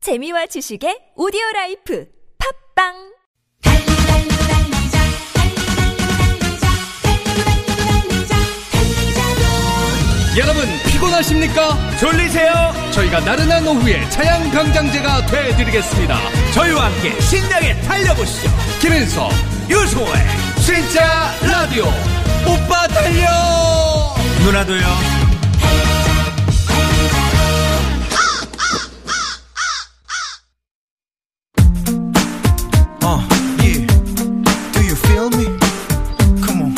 재미와 지식의 오디오 라이프 팝빵 달리달리달리자 달리달리달리자 달리달리달리자 달리자고 여러분 피곤하십니까? 졸리세요? 저희가 나른한 오후에 차양 강장제가 되어드리겠습니다. 저희와 함께 신나게 달려보시죠. 김인석 유소의 진짜 라디오 오빠 달려. 누나도요. Uh, yeah. Do you feel me? Come on.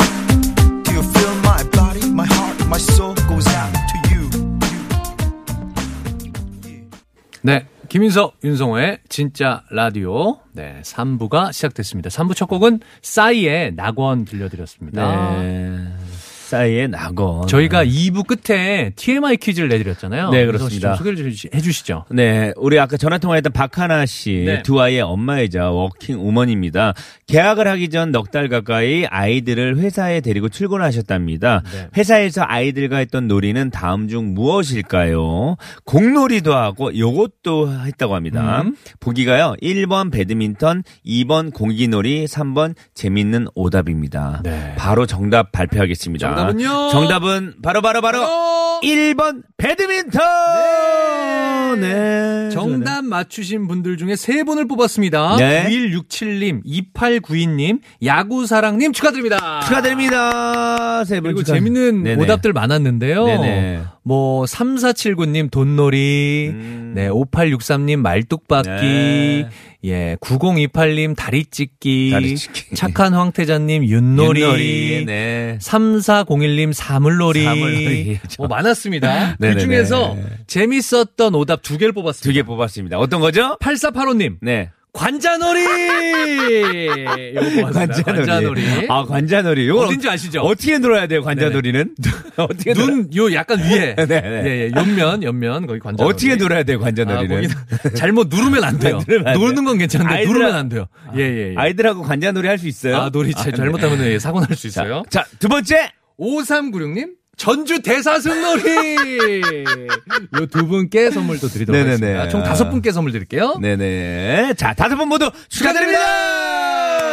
Do you feel my body, my heart, my soul goes out to you. 네, 김인석 윤성호의 진짜 라디오 네 3부가 시작됐습니다. 3부 첫 곡은 싸이의 낙원 들려드렸습니다. 네. 싸이의 낙원. 저희가 2부 끝에 TMI 퀴즈를 내드렸잖아요. 네, 윤성호 씨좀 그렇습니다. 소개를 좀 해주시죠. 네, 우리 아까 전화 통화했던 박하나 씨, 네. 두 아이의 엄마이자 워킹 우먼입니다. 계약을 하기 전 넉 달 가까이 아이들을 회사에 데리고 출근하셨답니다. 네. 회사에서 아이들과 했던 놀이는 다음 중 무엇일까요? 공놀이도 하고 요것도 했다고 합니다. 음. 보기가요. 1번 배드민턴, 2번 공기놀이, 3번 재밌는 오답입니다. 네. 바로 정답 발표하겠습니다. 정답은요? 정답은 바로 바로 바로, 네, 바로 1번 배드민턴. 네. 정답 맞추신 분들 중에 세 분을 뽑았습니다. 네. 9167님, 2892님, 야구사랑님 축하드립니다. 축하드립니다. 세 분. 그리고 축하. 재밌는 네네. 오답들 많았는데요. 네네. 뭐 3479님 돈놀이, 음. 네 5863님 말뚝박기, 네. 예 9028님 다리찢기, 다리찢기. 착한 황태자님 윷놀이, 윷놀이, 네. 3401님 사물놀이, 사물놀이. 뭐 많았습니다. 그 네네네. 중에서 재밌었던 오답 두 개를 뽑았습니다. 두 개 뽑았습니다. 어떤 거죠? 8485님 네. 관자놀이 이거 뽑았습니다. 관자놀이. 아, 관자놀이. 요거 어딘지 아시죠? 어떻게 놀아야 돼요, 관자놀이는? 어떻게 놀아- 눈 요 약간 위에 네, 네. 예, 예, 옆면 옆면 거기 관자 어떻게 놀아야 돼요, 관자놀이는? 잘못 누르면 안 돼요. 누르면 안 돼요. 노는 건 괜찮은데 아이들아- 누르면 안 돼요. 예예. 예, 아이들하고 관자놀이 할 수 있어요? 아 놀이 잘 잘못하면 예, 사고 날 수 있어요. 자, 두 번째. 5396님 전주 대사슴놀이 요 두 분께 선물도 드리도록 네네네. 하겠습니다. 총 다섯 분께 선물 드릴게요. 네네. 자, 다섯 분 모두 축하드립니다!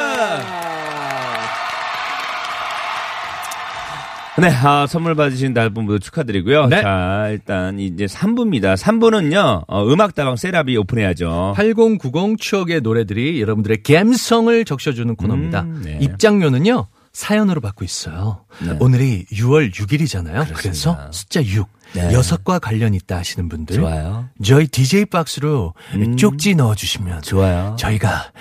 네, 아, 선물 받으신 다섯 분 모두 축하드리고요. 네. 자, 일단 이제 3부입니다. 3부는요, 어, 음악다방 세라비 오픈해야죠. 8090 어. 추억의 노래들이 여러분들의 감성을 적셔주는 코너입니다. 네. 입장료는요, 사연으로 받고 있어요. 오늘이 6월 6일이잖아요. 그래서 숫자 6. 여섯과 관련 있다 하시는 분들. 네. 좋아요. 음. 저희 DJ 박스로 쪽지 넣어주시면. 좋아요. 저희가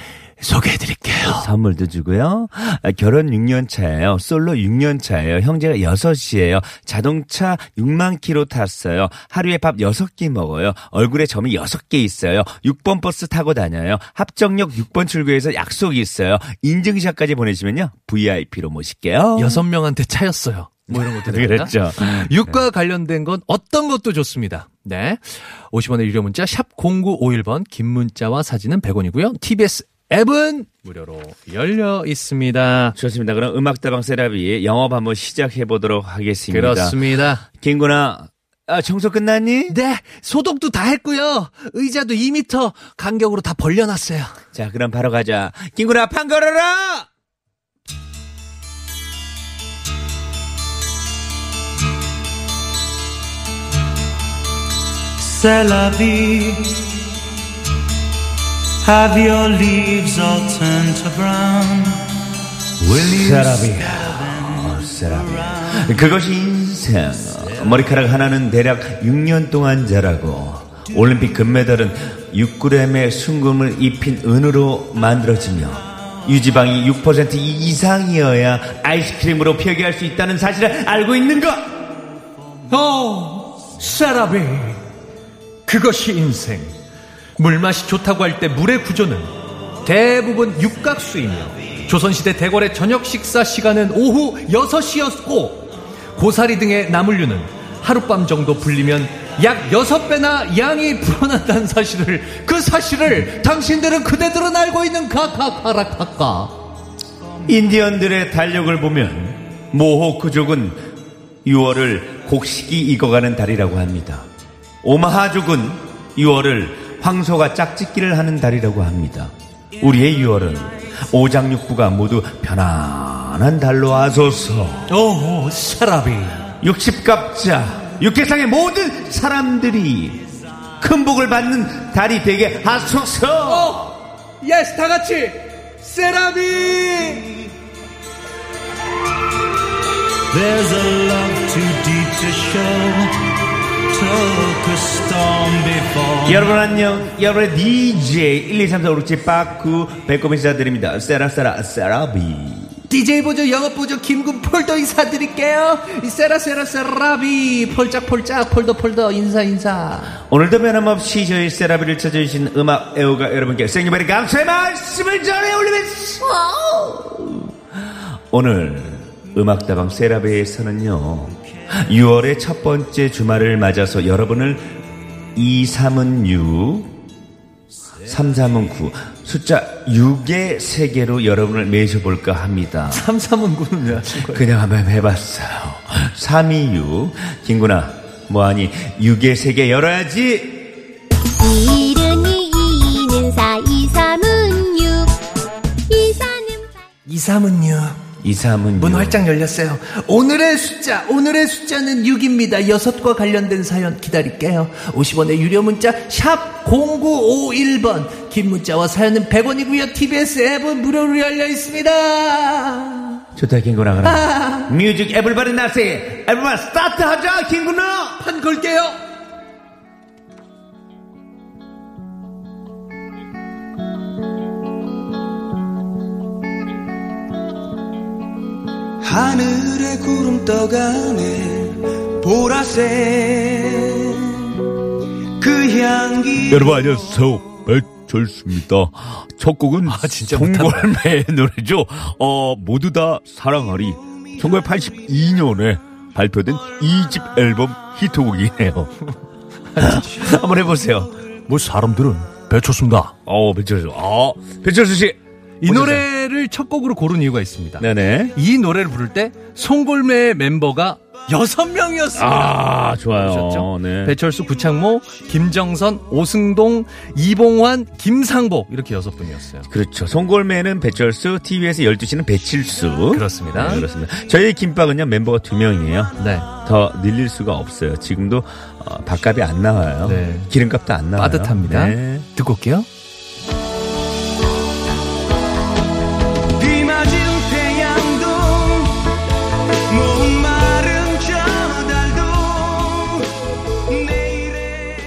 소개해드릴게요. 선물도 주고요. 아, 결혼 6년 차예요. 솔로 6년 차예요. 형제가 6이에요. 자동차 6만 킬로 탔어요. 하루에 밥 6끼 먹어요. 얼굴에 점이 6개 있어요. 6번 버스 타고 다녀요. 합정역 6번 출구에서 약속이 있어요. 인증샷까지 보내시면요. VIP로 모실게요. 여섯 명한테 차였어요. 뭐 이런 것도 됩니다. 그랬죠. 네. 육과 관련된 건 어떤 것도 좋습니다. 네. 50원의 유료 문자 샵 0951번 긴 문자와 사진은 100원이고요. TBS 앱은 무료로 열려 있습니다. 좋습니다. 그럼 음악다방 세라비 영업 한번 시작해 보도록 하겠습니다. 그렇습니다. 김구나, 아, 청소 끝났니? 네, 소독도 다 했고요. 의자도 2m 간격으로 다 벌려놨어요. 자, 그럼 바로 가자. 김구나, 판 걸어라! C'est la vie. Have your leaves all turned to brown? 그것이 인생. 머리카락 하나는 대략 6년 동안 자라고 올림픽 금메달은 6g의 순금을 입힌 은으로 만들어지며 유지방이 6% 이상이어야 아이스크림으로 표기할 수 있다는 사실을 알고 있는 것. 어, 세라비. 그것이 인생. 물맛이 좋다고 할 때 물의 구조는 대부분 육각수이며 조선시대 대궐의 저녁 식사 시간은 오후 6시였고 고사리 등의 나물류는 하룻밤 정도 불리면 약 6배나 양이 불어난다는 사실을 그 사실을 당신들은 그대들은 알고 있는 카카카라카카 인디언들의 달력을 보면 모호크족은 6월을 곡식이 익어가는 달이라고 합니다. 오마하족은 6월을 황소가 짝짓기를 하는 달이라고 합니다. 우리의 6월은 오장육부가 모두 편안한 달로 하소서. 오, 사라비. 육십갑자 육개상의 모든 사람들이 큰 복을 받는 달이 되게 하소서. 예스 다 같이 세라비 There's a love too deep to show. Took a storm before. 여러분 안녕. 여러분의 DJ 1, 2, 3, 4, 5, 6, 7, 8, 9 배꼽 인사드립니다. 세라세라 세라비. DJ 보조 영업 보조 김군 폴더 인사드릴게요 어, 세라 세라 세라비 폴짝 폴짝 폴더 폴더 인사 인사 오늘도 변함없이 저희 세라비를 찾아주신 음악 애호가 여러분께 생일발의 감사의 말씀을 전해 올리면서 오늘 음악다방 세라비에서는요 6월의 첫 번째 주말을 맞아서 여러분을 2, 3은 6 3, 3은 9 숫자 6의 세계로 여러분을 매셔볼까 합니다 삼삼은 군은 왜 하신 거예요? 그냥 한번 해봤어요. 326. 김구나, 뭐하니? 6의 세계 열어야지! 이른이 이는 사 이삼은 육 이사는 팔 이삼은요 2, 3은 예. 문 활짝 열렸어요. 오늘의 숫자, 오늘의 숫자는 6입니다. 6과 관련된 사연 기다릴게요. 50원의 유료 문자 샵 0951번. 긴 문자와 사연은 100원이고요. TBS 앱은 무료로 열려 있습니다. 좋다, 김구나. 그럼. 뮤직 에블바리 나세! 에블바 스타트 하자, 김구나! 판 걸게요. 하늘에 구름 떠가네 보라색 그 향기 여러분, 안녕하세요. 배철수입니다. 첫 곡은 진짜 송골매의 노래죠. 어, 모두 다 사랑하리. 1982년에 발표된 2집 앨범 히트곡이네요. 한번 해보세요. 뭐 사람들은 배쳤습니다. 뭐 어, 배철수. 아, 배철수 씨. 이 노래를 첫 곡으로 고른 이유가 있습니다. 네네. 이 노래를 부를 때 송골매의 멤버가 여섯 명이었습니다. 아, 좋아요. 보셨죠? 네. 배철수, 구창모, 김정선, 오승동, 이봉환, 김상복 이렇게 여섯 분이었어요. 그렇죠. 송골매는 배철수, TBS 12시는 배칠수. 그렇습니다. 네, 그렇습니다. 저희 김밥은요, 멤버가 두 명이에요. 네. 더 늘릴 수가 없어요. 지금도 어, 밥값이 안 나와요. 네. 기름값도 안 나와요. 빠듯합니다. 네. 듣고 올게요. 비 맞은 태양도 목마른 저 달도 내일의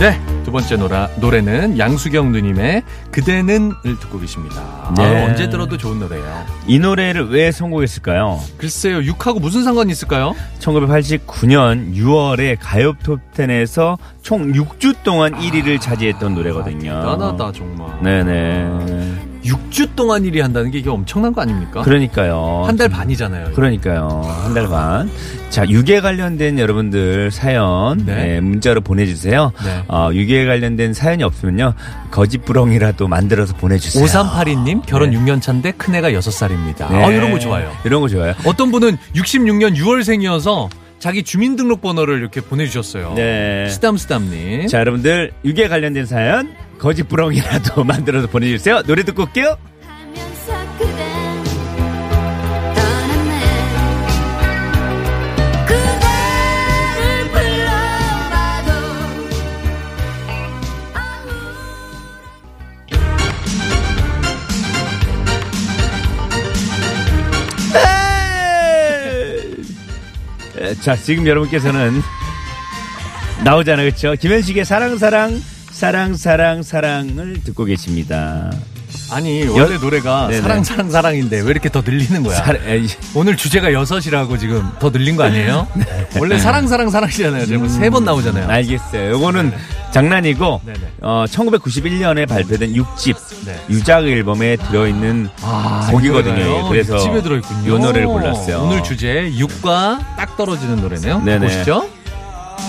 네. 두 번째 노라, 노래는 양수경 누님의 그대는을 듣고 계십니다. 네. 아, 언제 들어도 좋은 노래예요. 이 노래를 왜 선곡했을까요? 글쎄요, 육하고 무슨 상관이 있을까요? 1989년 6월에 가요톱텐에서 총 6주 동안 1위를 차지했던 노래거든요. 아, 대단하다 정말. 아, 네네. 6주 동안 일이 한다는 게 이게 엄청난 거 아닙니까? 그러니까요. 한 달 반이잖아요. 그러니까요. 한 달 반. 자, 육에 관련된 여러분들 사연 네. 네, 문자로 보내주세요. 네. 어, 육에 관련된 사연이 없으면요. 거짓부렁이라도 만들어서 보내주세요. 5382님 결혼 네. 6년 차인데 큰애가 6살입니다. 네. 아, 이런 거 좋아요. 이런 거 좋아요. 어떤 분은 66년 6월생이어서 자기 주민등록번호를 이렇게 보내주셨어요. 네. 쓰담쓰담님. 자, 여러분들 육에 관련된 사연 거짓부렁이라도 만들어서 보내주세요. 노래 듣고 올게요. 하면서 그댄 떠났네 그대를 불러봐도 아무 에, 예, 자, 지금 여러분께서는 나오잖아요. 그렇죠? 김현식의 사랑 사랑 사랑 사랑 사랑을 듣고 계십니다. 아니 원래 노래가 네네. 아, 예, 사랑 사랑 사랑인데 왜 이렇게 더 늘리는 거야? 사랑- 에이, 오늘 주제가 여섯이라고 지금 더 늘린 거 아니에요? 네. 원래 사랑 사랑 사랑이잖아요. 지금 세 번 나오잖아요. 알겠어요. 이거는 장난이고 네네. 어, 1991년에 발표된 6집 네. 유작 앨범에 들어있는 아, 이 곡이거든요. 노래가요? 그래서 집에 이 들어있군요. 노래를 골랐어요. 오늘 주제 육과 딱 떨어지는 노래네요. 네네. 보시죠. 그대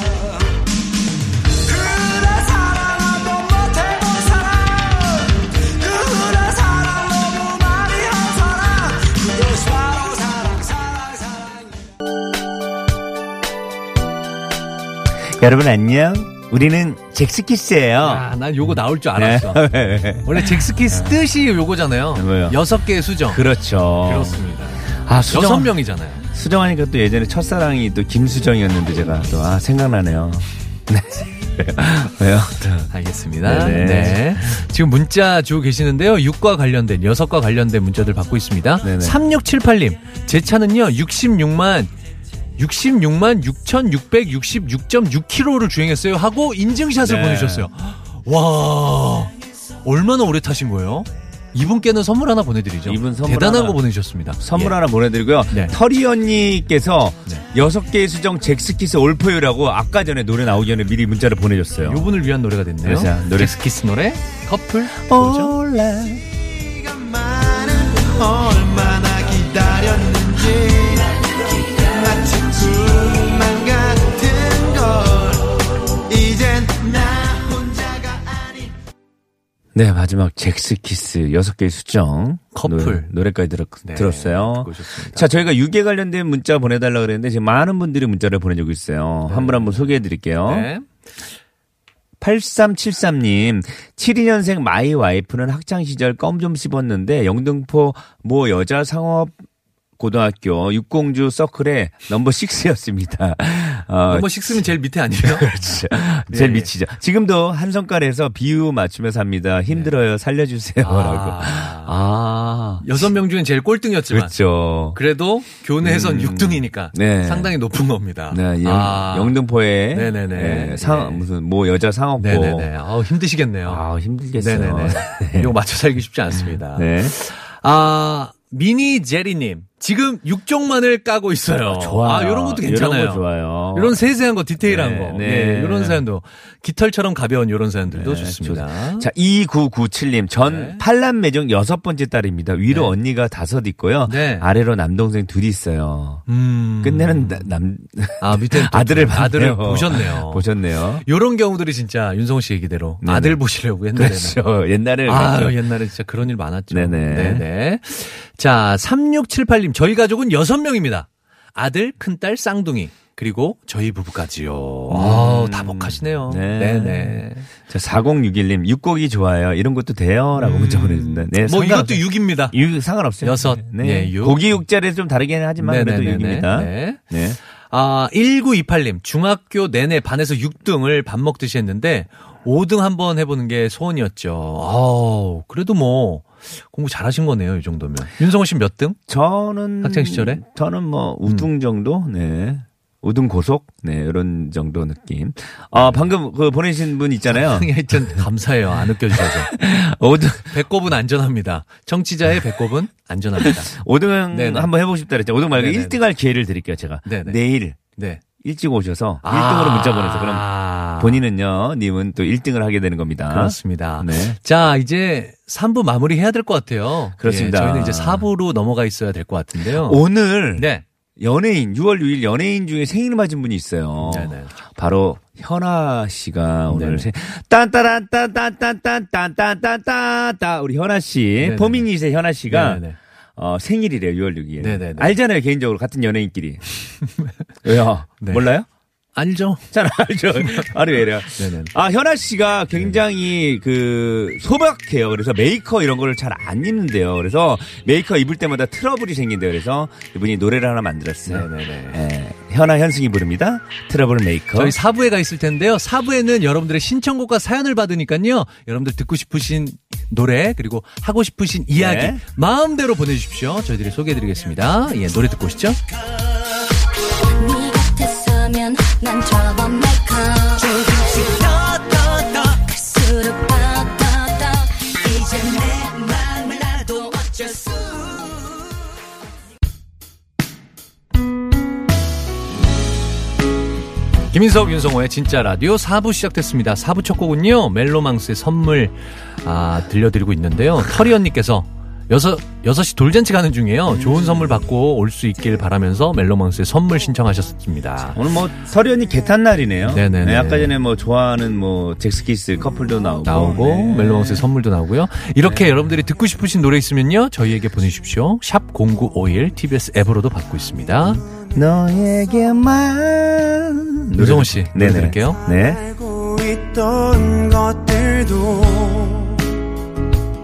사랑도 못해본 사람 그대 사랑 너무 많이 한 사람 그것이 바로 사랑 사랑 여러분 안녕. 우리는 잭스키스예요. 네. 아, 난 요거 나올 줄 알았어. 원래 잭스키스 뜻이 요거잖아요. 뭐예요? 여섯 개의 수정. 그렇죠. 그렇습니다. 아, 여섯 수정. 명이잖아요. 수정하니까 또 예전에 첫사랑이 또 김수정이었는데 제가 또 아 생각나네요. 네. 왜요? 알겠습니다. 네네. 네. 지금 문자 주고 계시는데요. 6과 관련된, 6과 관련된 문자들 받고 있습니다. 네네. 3678님, 제 차는요, 66만, 66만 6,666.6km를 주행했어요. 하고 인증샷을 네. 보내주셨어요. 와, 얼마나 오래 타신 거예요? 이분께는 선물 하나 보내드리죠. 이분 선물 대단한 하나. 거 보내주셨습니다. 선물 예. 하나 보내드리고요. 네. 터리 언니께서 네. 여섯 개의 수정 잭스키스 올포유라고 아까 전에 노래 나오기 전에 미리 문자를 보내줬어요. 요 분을 위한 노래가 됐네요. 그래서 노래- 잭스키스 노래 커플 뭐죠? 올라. 시간만은 얼마나 기다렸는지 마치 꿈만 같은 걸 이젠 나 혼자가 아닌 네 마지막 잭스키스 여섯 개의 수정 커플. 노래, 노래까지 들었, 네, 들었어요. 듣고 오셨습니다. 자 저희가 육에 관련된 문자 보내달라 그랬는데 지금 많은 분들이 문자를 보내주고 있어요. 한 분 한 분 소개해드릴게요. 네. 8373님, 72년생 마이 와이프는 학창시절 껌 좀 씹었는데 영등포 모 여자 상업 고등학교 육공주 서클의 넘버 6였습니다. 어, 넘버 네. 6는 뭐, 제일 밑에 아니에요? 진짜 제일 미치죠. 지금도 한 손가락에서 비유 맞추며 삽니다. 힘들어요. 살려주세요. 라고. 네. 아, 아, 여섯 명 중엔 제일 꼴등이었지만 그렇죠. 음. 그래도 교내에선 6등이니까 네. 상당히 높은 겁니다. 네, 영, 아. 등포의 네네네. 상, 네. 무슨 모 여자 상업고. 네네네. 아우, 힘드시겠네요. 아, 힘들겠어요. 네네네. 이거 맞춰 살기 쉽지 않습니다. 네. 아, 미니 제리님. 지금 육종만을 까고 있어요. 좋아요. 아, 요런 것도 괜찮아요. 요런 거 좋아요. 이런 세세한 거, 디테일한 네, 거. 네. 네. 이런 사연도. 깃털처럼 가벼운 이런 사연들도 네, 좋습니다. 좋습니다. 자, 2997님. 네. 전 팔남 매정 여섯 번째 딸입니다. 위로 언니가 다섯 있고요. 네. 아래로 남동생 둘이 있어요. 음. 끝내는 나- 남 아, 밑에 또 아들을 봤네요. 아들을 보셨네요. 보셨네요. 요런 경우들이 진짜 윤성호 씨 얘기대로 네네. 아들 보시려고 옛날에는. 그렇죠. 옛날에 네. 아, 그랬죠. 옛날에 진짜 그런 일 많았죠. 네네. 네네. 자, 3678님. 저희 가족은 6명입니다. 아들, 큰딸, 쌍둥이. 그리고 저희 부부까지요. 아, 다복하시네요. 음. 네. 네. 네 자, 4061님, 육고기 좋아요. 이런 것도 돼요? 라고 문자 보내준다. 네, 음. 뭐 이것도 상관없어요. 6입니다. 육, 상관없어요. 여섯, 네. 예, 육. 고기 육자리에서 좀 다르긴 하지만 그래도 육입니다. 네. 네. 아, 1928님. 중학교 내내 반에서 6등을 밥 먹듯이 했는데 5등 한번 해보는 게 소원이었죠. 아우, 그래도 뭐 공부 잘하신 거네요. 이 정도면. 윤성호 씨 몇 등? 저는 학창 시절에? 음. 저는 뭐 우등 정도 네 우등 고속 네 이런 정도 느낌 아 네. 방금 그 보내신 분 있잖아요 어, 하여튼 감사해요. 안 느껴주셔서. 우등 배꼽은 안전합니다. 청취자의 배꼽은 안전합니다. 우등 네네. 한번 해보고 싶다 그랬죠 우등 말고 네네네. 1등할 기회를 드릴게요 제가 네네. 내일 네. 일찍 오셔서 1등으로 문자 보내서 그럼 아, 본인은요 님은 또 1등을 하게 되는 겁니다 그렇습니다. 네. 자, 이제 3부 마무리해야 될 것 같아요. 그렇습니다. 예, 저희는 이제 4부로 넘어가 있어야 될 것 같은데요. 오늘 네. 연예인 6월 6일 연예인 중에 생일을 맞은 분이 있어요. 네네. 음, 바로 현아 씨가 오늘 네네. 생 딴따란따딴따딴따딴따따따 우리 현아 씨 네네. 범인이세 현아 씨가 네네네. 어, 생일이래요 6월 6일. 네네네. 알잖아요 개인적으로 같은 연예인끼리. 왜요? 네. 몰라요? 알죠? 잘 알죠. 아니 왜 이래요? 네네. 아 현아 씨가 굉장히 그 소박해요. 그래서 메이커 이런 거를 잘 안 입는데요. 그래서 메이커 입을 때마다 트러블이 생긴대요. 그래서 이분이 노래를 하나 만들었어요. 네네네. 예, 현아 현승이 부릅니다. 트러블 메이커. 저희 4부에 가 있을 텐데요. 4부에는 여러분들의 신청곡과 사연을 받으니까요. 여러분들 듣고 싶으신 노래, 그리고 하고 싶으신 이야기, 네. 마음대로 보내주십시오. 저희들이 소개해드리겠습니다. 예, 노래 듣고 오시죠. 네 같았으면 난 trouble maker 조금씩 더더더 갈수록 더더더 이제 내 맘을 나도 어쩔 수 김인석, 윤성호의 진짜 라디오 4부 시작됐습니다. 4부 첫 곡은요, 멜로망스의 선물, 아, 들려드리고 있는데요. 터리 언니께서 여섯, 여섯 시 돌잔치 가는 중이에요. 좋은 선물 받고 올 수 있길 바라면서 멜로망스의 선물 신청하셨습니다. 오늘 뭐 서련이 개탄 날이네요. 네네네. 네, 아까 전에 뭐 좋아하는 뭐 잭스키스 커플도 나오고, 나오고, 네. 멜로망스의 선물도 나오고요. 이렇게 여러분들이 듣고 싶으신 노래 있으면요, 저희에게 보내주십시오. 샵 0951, TBS 앱으로도 받고 있습니다. 너에게만 음, 노래. 유성호 씨, 노래 네네. 들을게요. 네. 알고 있던 것들도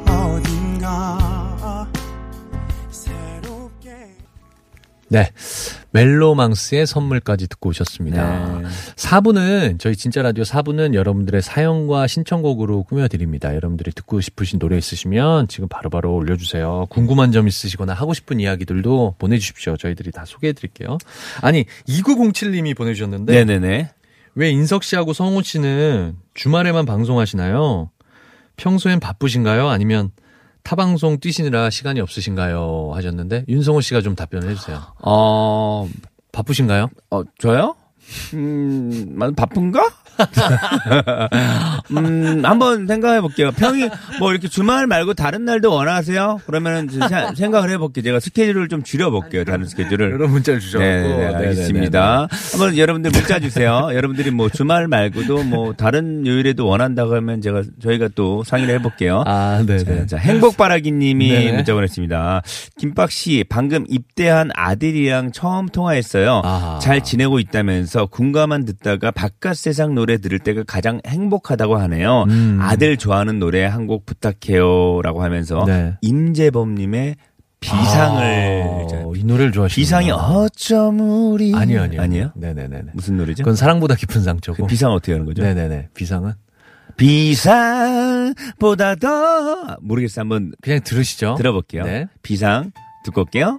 어딘가 새롭게 네. 멜로망스의 선물까지 듣고 오셨습니다. 네. 사 4부는, 저희 진짜 라디오 4부는 여러분들의 사연과 신청곡으로 꾸며드립니다. 여러분들이 듣고 싶으신 노래 있으시면 지금 바로바로 올려주세요. 궁금한 점 있으시거나 하고 싶은 이야기들도 보내주십시오. 저희들이 다 소개해드릴게요. 아니, 2907님이 보내주셨는데, 네네네. 왜 인석 씨하고 성우 씨는 주말에만 방송하시나요? 평소엔 바쁘신가요? 아니면 타방송 뛰시느라 시간이 없으신가요? 하셨는데, 윤성호 씨가 좀 답변을 해주세요. 어, 바쁘신가요? 어, 저요? 음, 많이 바쁜가? 음, 한번 생각해 볼게요. 평일, 뭐 이렇게 주말 말고 다른 날도 원하세요? 그러면은 이제 사- 생각을 해 볼게요. 제가 스케줄을 좀 줄여 볼게요. 다른 스케줄을. 문자를 네, 네, 아, 알겠습니다. 네, 한번 여러분들 문자 주세요. 여러분들이 뭐 주말 말고도 뭐 다른 요일에도 원한다고 하면 제가 저희가 또 상의를 해볼게요. 아, 자, 네네. 자, 행복바라기님이 네네. 문자 보냈습니다. 김박 씨 방금 입대한 아들이랑 처음 통화했어요. 아하. 잘 지내고 있다면서 군가만 듣다가 바깥 세상 노래 들을 때가 가장 행복하다고 하네요. 음. 아들 좋아하는 노래 한 곡 부탁해요라고 하면서 네. 임재범님의 비상을 아, 자, 이 노래를 좋아하시는 비상이 어쩜 우리 음. 아니요, 아니요. 아니에요? 네네네네. 무슨 노래죠? 그건 사랑보다 깊은 상처고. 그 비상 어떻게 하는 거죠? 네네네. 비상은? 비상보다 더 모르겠어 한번 그냥 들으시죠. 들어볼게요. 네. 비상 듣고 올게요.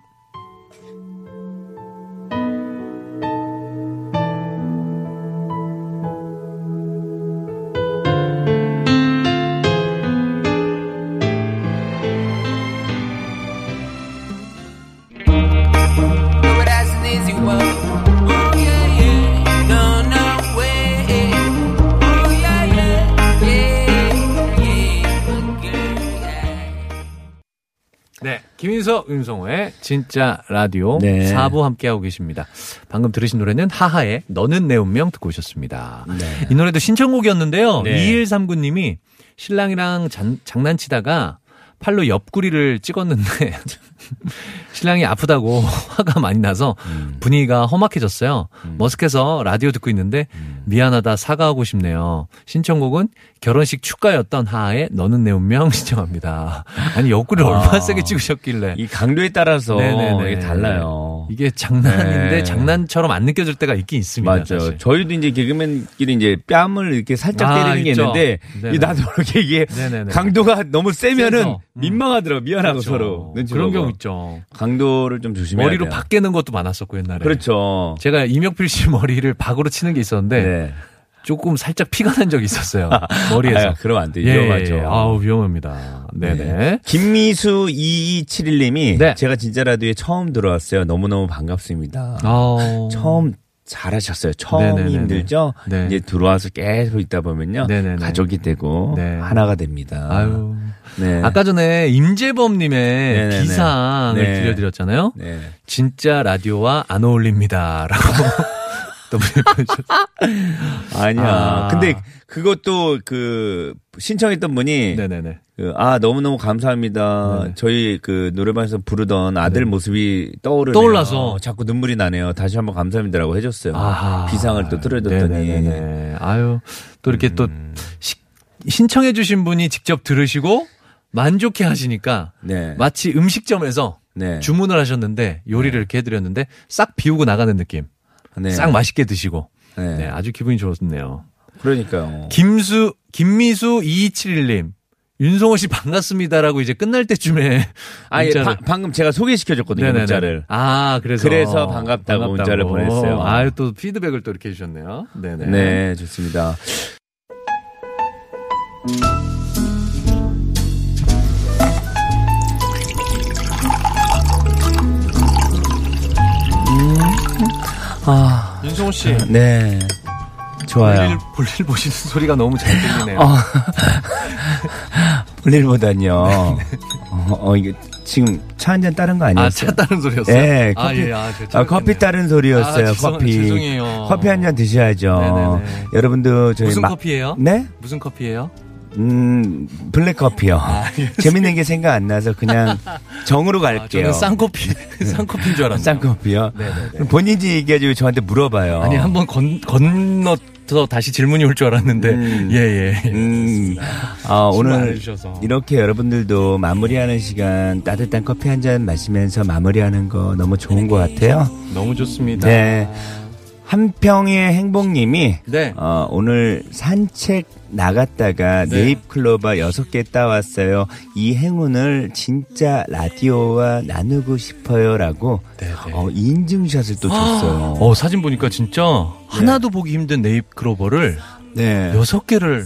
But that's an easy one. Oh yeah, yeah. No, no way. Oh yeah, yeah. Yeah, yeah. Good girl. 네. 김인석, 윤성호의 진짜 라디오 네. 사 4부 함께하고 계십니다. 방금 들으신 노래는 하하의 너는 내 운명 듣고 오셨습니다. 이 노래도 신청곡이었는데요. 네. 2139님이 신랑이랑 잔- 장난치다가 팔로 옆구리를 찍었는데 신랑이 아프다고 화가 많이 나서 음. 분위기가 험악해졌어요. 머쓱해서 라디오 듣고 있는데 음. 미안하다 사과하고 싶네요. 신청곡은 결혼식 축가였던 하하의 너는 내 운명 신청합니다. 아니 옆구리를 아. 얼마나 세게 찍으셨길래 이 강도에 따라서 네. 네네네. 어, 이게 달라요. 이게 장난인데 네. 장난처럼 안 느껴질 때가 있긴 있습니다. 맞죠. 사실. 저희도 이제 개그맨끼리 이제 뺨을 이렇게 살짝 아, 때리는 게 있죠. 있는데 네네. 이 나도 모르게 이게 네네네. 강도가 너무 세면은 세서. 음. 민망하더라고 미안하고 그렇죠. 서로 눈치 그런 보고. 경우 있죠. 강도를 좀 조심해야 머리로 돼요. 박 깨는 것도 많았었고 옛날에. 그렇죠. 제가 이명필 씨 머리를 박으로 치는 게 있었는데 네. 조금 살짝 피가 난 적이 있었어요. 머리에서. 아, 그러면 안 돼. 예, 위험하죠. 예, 예. 아우 위험합니다. 네네. 김미수 2271님이 네. 제가 진짜 라디오에 처음 들어왔어요. 너무너무 반갑습니다. 아우. 처음 잘하셨어요. 처음이 네네네네. 힘들죠. 네. 이제 들어와서 계속 있다 보면요. 네네네. 가족이 되고 네. 하나가 됩니다. 아유. 네. 아까 전에 임재범님의 네네네. 비상을 네. 들려드렸잖아요. 네. 진짜 라디오와 안 어울립니다라고 또 보내주셨어요. 아니야. 아. 근데 그것도 그 신청했던 분이 네네네. 그, 아 너무 너무 감사합니다. 네. 저희 그 노래방에서 부르던 아들 모습이 떠오르네요. 떠올라서. 자꾸 눈물이 나네요. 다시 한번 감사합니다라고 해줬어요. 아하. 비상을 또 틀어줬더니 음. 네네네네. 아유 또 이렇게 또 시- 신청해주신 분이 직접 들으시고 만족해 하시니까 네. 마치 음식점에서 네. 주문을 하셨는데 요리를 이렇게 해드렸는데 싹 비우고 나가는 느낌. 네. 싹 맛있게 드시고. 네. 네, 아주 기분이 좋았네요. 그러니까요. 김수 김미수 2271님. 윤성호 씨 반갑습니다라고 이제 끝날 때쯤에 아, 예, 문자를- 방- 방금 제가 소개시켜줬거든요 네네네. 문자를. 아 그래서 그래서 반갑다고 문자를 보냈어요. 아유 또 피드백을 또 이렇게 해주셨네요. 네네. 네, 좋습니다. 윤성호 씨 네, 좋아요. 볼일, 볼일 보시는 소리가 너무 잘 들리네요. 볼일보단요. 어, 어, 이게 지금 차 한 잔 따른 거 아 아니었어요? 차 따는 소리였어요. 예, 아, 커피- 예, 아, 제가 아, 커피 잘못했네요. 따른 소리였어요. 아, 죄송- 커피. 죄송해요. 커피 한 잔 드셔야죠. 네네네. 여러분들 저희 무슨 막- 커피예요? 네? 무슨 커피예요? 음, 블랙커피요. 재밌는 게 생각 안 나서 그냥 정으로 갈게요. 아, 저는 쌍코피, 쌍코피인 줄 알았어요. 쌍커피요? 본인이 얘기하지 왜 저한테 물어봐요? 아니, 한번 건, 건너서 다시 질문이 올 줄 알았는데, 예, 예. 음, 아, 신발 오늘 해주셔서. 이렇게 여러분들도 마무리하는 시간 따뜻한 커피 한 잔 마시면서 마무리하는 거 너무 좋은 것 같아요. 너무 좋습니다. 네. 한평의 행복님이 네. 어, 오늘 산책 나갔다가 네. 네잎 클로바 여섯 개 따왔어요. 이 행운을 진짜 라디오와 나누고 싶어요라고 어, 인증샷을 또 줬어요. 네, 어, 사진 보니까 진짜 하나도 보기 힘든 네잎 크로버를 네. 여섯 개를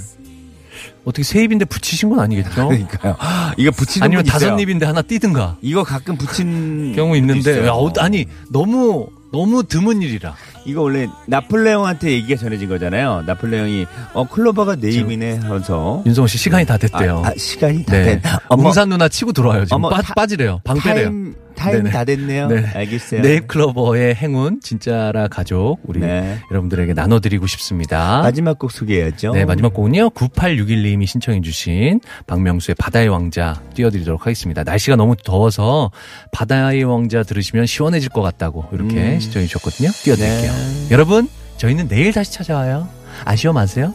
어떻게 세 입인데 붙이신 건 아니겠죠? 그러니까요. 이거 붙이는 아니면 분 있어요. 다섯 입인데 하나 띠든가 이거 가끔 붙인 경우 있는데, 분도 야, 있어요. 어, 아니, 너무, 너무 드문 일이라. 이거 원래 나폴레옹한테 얘기가 전해진 거잖아요. 나폴레옹이 어 클로버가 네 입이네 하면서 윤성호 씨 시간이 다 됐대요. 아, 아, 시간이 다 네. 됐. 어머, 웅산 누나 치고 들어와요, 지금. 어머, 빠, 타- 빠지래요. 방 빼래요. 타임 타임 네네. 다 됐네요. 네. 알겠어요. 네잎클로버의 행운 진짜라 가족 우리 네. 여러분들에게 나눠드리고 싶습니다. 마지막 곡 소개해야죠. 네, 마지막 곡은요. 9861님이 신청해주신 박명수의 바다의 왕자 띄워드리도록 하겠습니다. 날씨가 너무 더워서 바다의 왕자 들으시면 시원해질 것 같다고 이렇게 신청해주셨거든요. 띄워드릴게요. 여러분, 저희는 내일 다시 찾아와요. 아쉬워 마세요.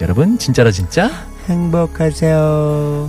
여러분, 진짜라 진짜. 행복하세요.